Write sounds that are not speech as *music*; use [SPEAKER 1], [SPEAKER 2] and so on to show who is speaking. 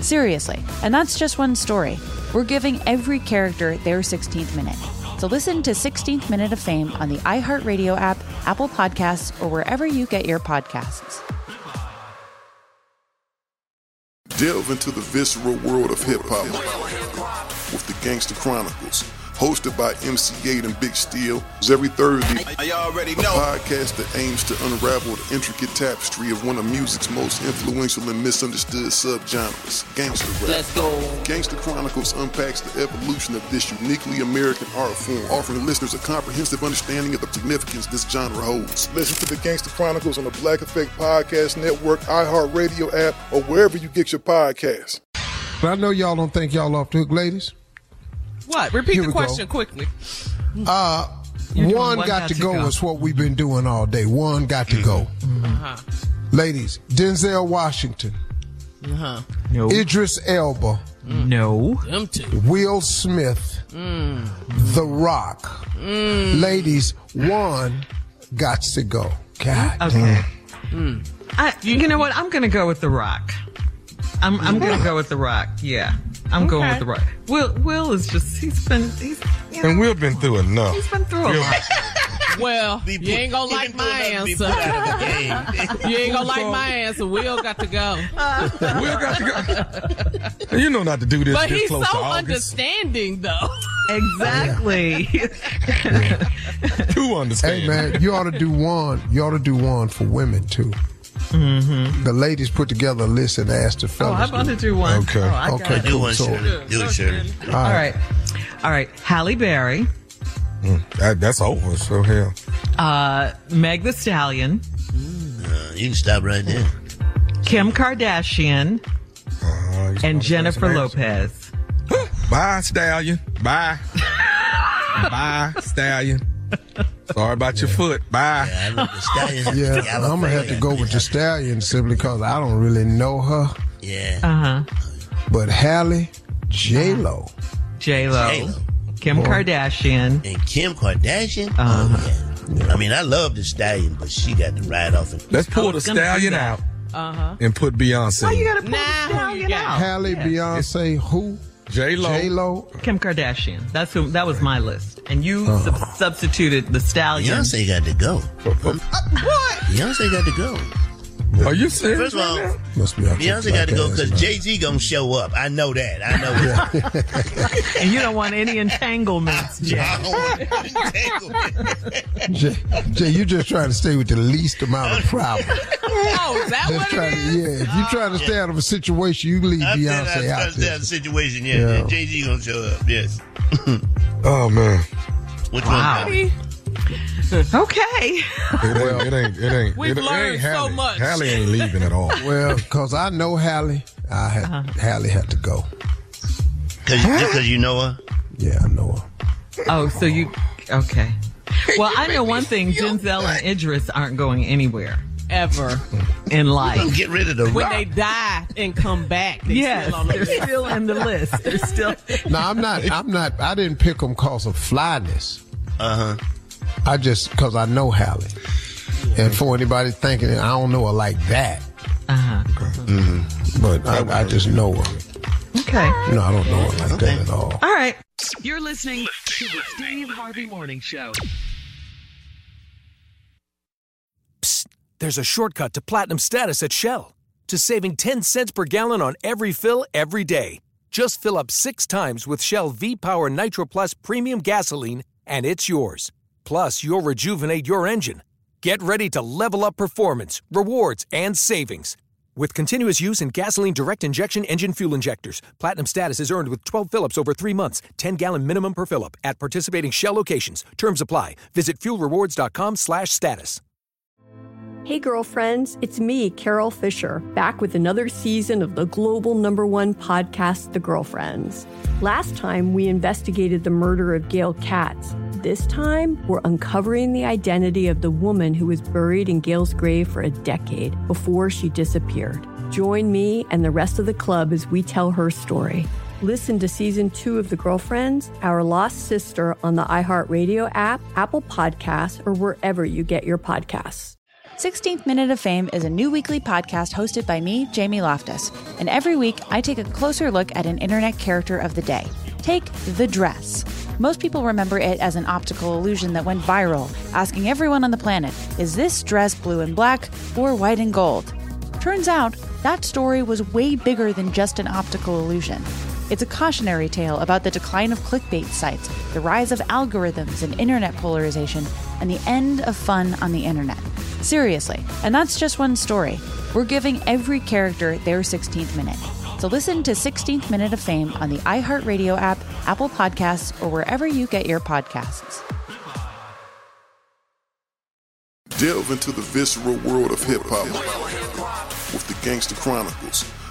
[SPEAKER 1] Seriously, and that's just one story. We're giving every character their 16th minute. So listen to 16th Minute of Fame on the iHeartRadio app, Apple Podcasts, or wherever you get your podcasts.
[SPEAKER 2] Delve into the visceral world of hip hop with the Gangster Chronicles, hosted by MC8 and Big Steel. Is every Thursday
[SPEAKER 3] I already
[SPEAKER 2] a
[SPEAKER 3] know.
[SPEAKER 2] podcast that aims to unravel the intricate tapestry of one of music's most influential and misunderstood subgenres, gangster rap.
[SPEAKER 3] Let's go.
[SPEAKER 2] Gangster Chronicles unpacks the evolution of this uniquely American art form, offering listeners a comprehensive understanding of the significance this genre holds. Listen to the Gangster Chronicles on the Black Effect Podcast Network, iHeartRadio app, or wherever you get your podcasts.
[SPEAKER 4] But I know y'all don't think y'all off the hook, ladies.
[SPEAKER 5] What? Repeat
[SPEAKER 4] Here
[SPEAKER 5] the
[SPEAKER 4] we go.
[SPEAKER 5] question quickly.
[SPEAKER 4] Uh,
[SPEAKER 5] doing
[SPEAKER 4] one got to go is what we've been doing all day. One got to go.
[SPEAKER 5] Uh-huh.
[SPEAKER 4] Ladies, Denzel Washington,
[SPEAKER 6] Uh-huh.
[SPEAKER 7] No.
[SPEAKER 4] Idris Elba,
[SPEAKER 7] no.
[SPEAKER 6] Them two.
[SPEAKER 4] Will Smith,
[SPEAKER 5] Mm.
[SPEAKER 4] The Rock. Ladies, one got to go. God
[SPEAKER 7] Okay. I, you know what? I'm gonna go with The Rock. I'm I'm gonna go with The Rock. Yeah, I'm going with The Rock. Will Will is just he's been he's you know,
[SPEAKER 8] And we've been through enough.
[SPEAKER 7] he's been through a
[SPEAKER 8] Will-
[SPEAKER 7] lot.
[SPEAKER 6] Well,
[SPEAKER 3] Be
[SPEAKER 6] you ain't gonna
[SPEAKER 3] put-
[SPEAKER 6] like
[SPEAKER 3] even
[SPEAKER 6] my
[SPEAKER 3] though be
[SPEAKER 6] answer.
[SPEAKER 3] put out of the
[SPEAKER 6] *laughs*
[SPEAKER 3] game.
[SPEAKER 6] You ain't gonna like my answer. Will got to go.
[SPEAKER 8] *laughs* Will got to go. *laughs* You know not to do this
[SPEAKER 6] But
[SPEAKER 8] this
[SPEAKER 6] he's
[SPEAKER 8] close to
[SPEAKER 6] so
[SPEAKER 8] August.
[SPEAKER 6] understanding, though.
[SPEAKER 7] *laughs* Exactly.
[SPEAKER 8] You understand?
[SPEAKER 4] Hey man, you ought to do one. You ought to do one for women too. The ladies put together a list and asked the
[SPEAKER 7] oh,
[SPEAKER 4] fellas.
[SPEAKER 7] I'm gonna do one.
[SPEAKER 8] Okay.
[SPEAKER 7] Oh, I got *laughs*
[SPEAKER 4] Okay,
[SPEAKER 7] it.
[SPEAKER 3] Do
[SPEAKER 4] cool.
[SPEAKER 3] one,
[SPEAKER 4] So-
[SPEAKER 3] Shirley. Do it, Shirley.
[SPEAKER 7] All right. All right. Halle Berry,
[SPEAKER 8] Mm, That- that's over. So hell.
[SPEAKER 7] uh, Meg the Stallion,
[SPEAKER 3] Uh, You can stop right there.
[SPEAKER 7] Kim Kardashian,
[SPEAKER 8] Uh,
[SPEAKER 7] and
[SPEAKER 8] he's gonna
[SPEAKER 7] Jennifer
[SPEAKER 8] say some
[SPEAKER 7] Lopez.
[SPEAKER 8] names. Bye, stallion.
[SPEAKER 7] *laughs*
[SPEAKER 8] Bye. Bye, stallion. Sorry about your foot. Bye.
[SPEAKER 3] I look the
[SPEAKER 6] *laughs*
[SPEAKER 4] *laughs*
[SPEAKER 3] stallion.
[SPEAKER 4] Yeah,
[SPEAKER 3] I
[SPEAKER 4] I'm
[SPEAKER 3] was
[SPEAKER 4] gonna have to
[SPEAKER 3] thinking.
[SPEAKER 4] go with the stallion simply because I don't really know her.
[SPEAKER 3] Yeah.
[SPEAKER 7] Uh huh.
[SPEAKER 4] But Halle, J Lo,
[SPEAKER 7] J Lo,
[SPEAKER 3] J-Lo.
[SPEAKER 7] Kim Kardashian.
[SPEAKER 3] And Kim Kardashian. Oh, yeah. I mean, I love the stallion, but she got to ride off. And-
[SPEAKER 8] Let's pull the
[SPEAKER 7] was gonna do
[SPEAKER 8] stallion
[SPEAKER 7] that.
[SPEAKER 8] out
[SPEAKER 6] Uh-huh.
[SPEAKER 8] and put Beyonce.
[SPEAKER 7] Why you gotta pull
[SPEAKER 6] Nah,
[SPEAKER 7] the
[SPEAKER 6] who you
[SPEAKER 7] Stallion
[SPEAKER 6] got?
[SPEAKER 7] out?
[SPEAKER 4] Halle, Beyonce, who?
[SPEAKER 8] J Lo.
[SPEAKER 4] J Lo.
[SPEAKER 7] Kim Kardashian. That's who. That was my list, and you sub- substituted the stallion.
[SPEAKER 3] Beyonce got to go.
[SPEAKER 7] What?
[SPEAKER 3] Beyonce got to go.
[SPEAKER 8] Are you serious?
[SPEAKER 3] First of all,
[SPEAKER 8] right
[SPEAKER 4] Must be.
[SPEAKER 3] Beyonce got to go because Jay Z gonna show up. I know that. I know. that.
[SPEAKER 7] And you don't want any entanglements,
[SPEAKER 3] *laughs*
[SPEAKER 7] Jay.
[SPEAKER 3] I don't want to tangle with it.
[SPEAKER 4] Jay, Jay, you just trying to stay with the least
[SPEAKER 6] *laughs*
[SPEAKER 4] amount of problems.
[SPEAKER 6] Oh, is that
[SPEAKER 4] Just
[SPEAKER 6] what
[SPEAKER 4] trying
[SPEAKER 6] it
[SPEAKER 4] to,
[SPEAKER 6] is? Oh,
[SPEAKER 4] yeah, if you trying to stay out of a situation, you leave
[SPEAKER 3] I'm saying
[SPEAKER 4] Beyonce
[SPEAKER 3] I
[SPEAKER 4] out
[SPEAKER 3] understand
[SPEAKER 4] there.
[SPEAKER 3] the situation.
[SPEAKER 4] Yeah.
[SPEAKER 3] Yeah, Jay Z gonna show up. Yes.
[SPEAKER 8] now? Oh man.
[SPEAKER 3] Which
[SPEAKER 7] Wow.
[SPEAKER 3] one?
[SPEAKER 7] Okay.
[SPEAKER 8] It ain't. It ain't. It ain't.
[SPEAKER 6] We've
[SPEAKER 8] it, it
[SPEAKER 6] learned
[SPEAKER 8] ain't
[SPEAKER 6] so
[SPEAKER 8] Halle.
[SPEAKER 6] much.
[SPEAKER 8] Halle ain't leaving at all.
[SPEAKER 4] Well, because I know Halle, I had Halle had to go.
[SPEAKER 3] Because because you know her.
[SPEAKER 4] Yeah, I know her.
[SPEAKER 7] Oh, so you? Okay. Well, I know one thing: Denzel and Idris aren't going anywhere.
[SPEAKER 6] Ever.
[SPEAKER 9] in life.
[SPEAKER 3] gonna get rid of the
[SPEAKER 5] when
[SPEAKER 3] rock.
[SPEAKER 5] they die and come back, they
[SPEAKER 9] yes,
[SPEAKER 5] still on the
[SPEAKER 9] they're
[SPEAKER 5] list.
[SPEAKER 9] still in the list. They're
[SPEAKER 5] *laughs*
[SPEAKER 9] still.
[SPEAKER 4] No, I'm not. I'm not. I didn't pick them cause of flyness.
[SPEAKER 3] Uh huh.
[SPEAKER 4] I just cause I know Hallie. And for anybody thinking that I don't know her like that,
[SPEAKER 9] Uh huh.
[SPEAKER 4] but I, I just know her.
[SPEAKER 9] Okay.
[SPEAKER 4] No, I don't know her like that at all.
[SPEAKER 9] All right.
[SPEAKER 10] You're listening to the Steve Harvey Morning Show.
[SPEAKER 7] There's a shortcut to platinum status at Shell to saving 10 cents per gallon on every fill every day. Just fill up six times with Shell V Power Nitro Plus Premium Gasoline, and it's yours. Plus, you'll rejuvenate your engine. Get ready to level up performance, rewards, and savings. With continuous use in gasoline direct injection engine fuel injectors, platinum status is earned with 12 fill ups over three months, 10 gallon minimum per fill up at participating Shell locations. Terms apply. Visit fuelrewards.com slash status.
[SPEAKER 11] Hey, girlfriends, it's me, Carol Fisher, back with another season of the global number one podcast, The Girlfriends. Last time, we investigated the murder of Gail Katz. This time, we're uncovering the identity of the woman who was buried in Gail's grave for a decade before she disappeared. Join me and the rest of the club as we tell her story. Listen to season two of The Girlfriends, Our Lost Sister on the iHeartRadio app, Apple Podcasts, or wherever you get your podcasts.
[SPEAKER 1] 16th Minute of Fame is a new weekly podcast hosted by me, Jamie Loftus. And every week, I take a closer look at an internet character of the day. Take the dress. Most people remember it as an optical illusion that went viral, asking everyone on the planet, is this dress blue and black or white and gold? Turns out, that story was way bigger than just an optical illusion. It's a cautionary tale about the decline of clickbait sites, the rise of algorithms and internet polarization, and the end of fun on the internet. Seriously, and that's just one story. We're giving every character their 16th minute. So listen to 16th Minute of Fame on the iHeartRadio app, Apple Podcasts, or wherever you get your podcasts.
[SPEAKER 2] Delve into the visceral world of hip hop with the Gangster Chronicles,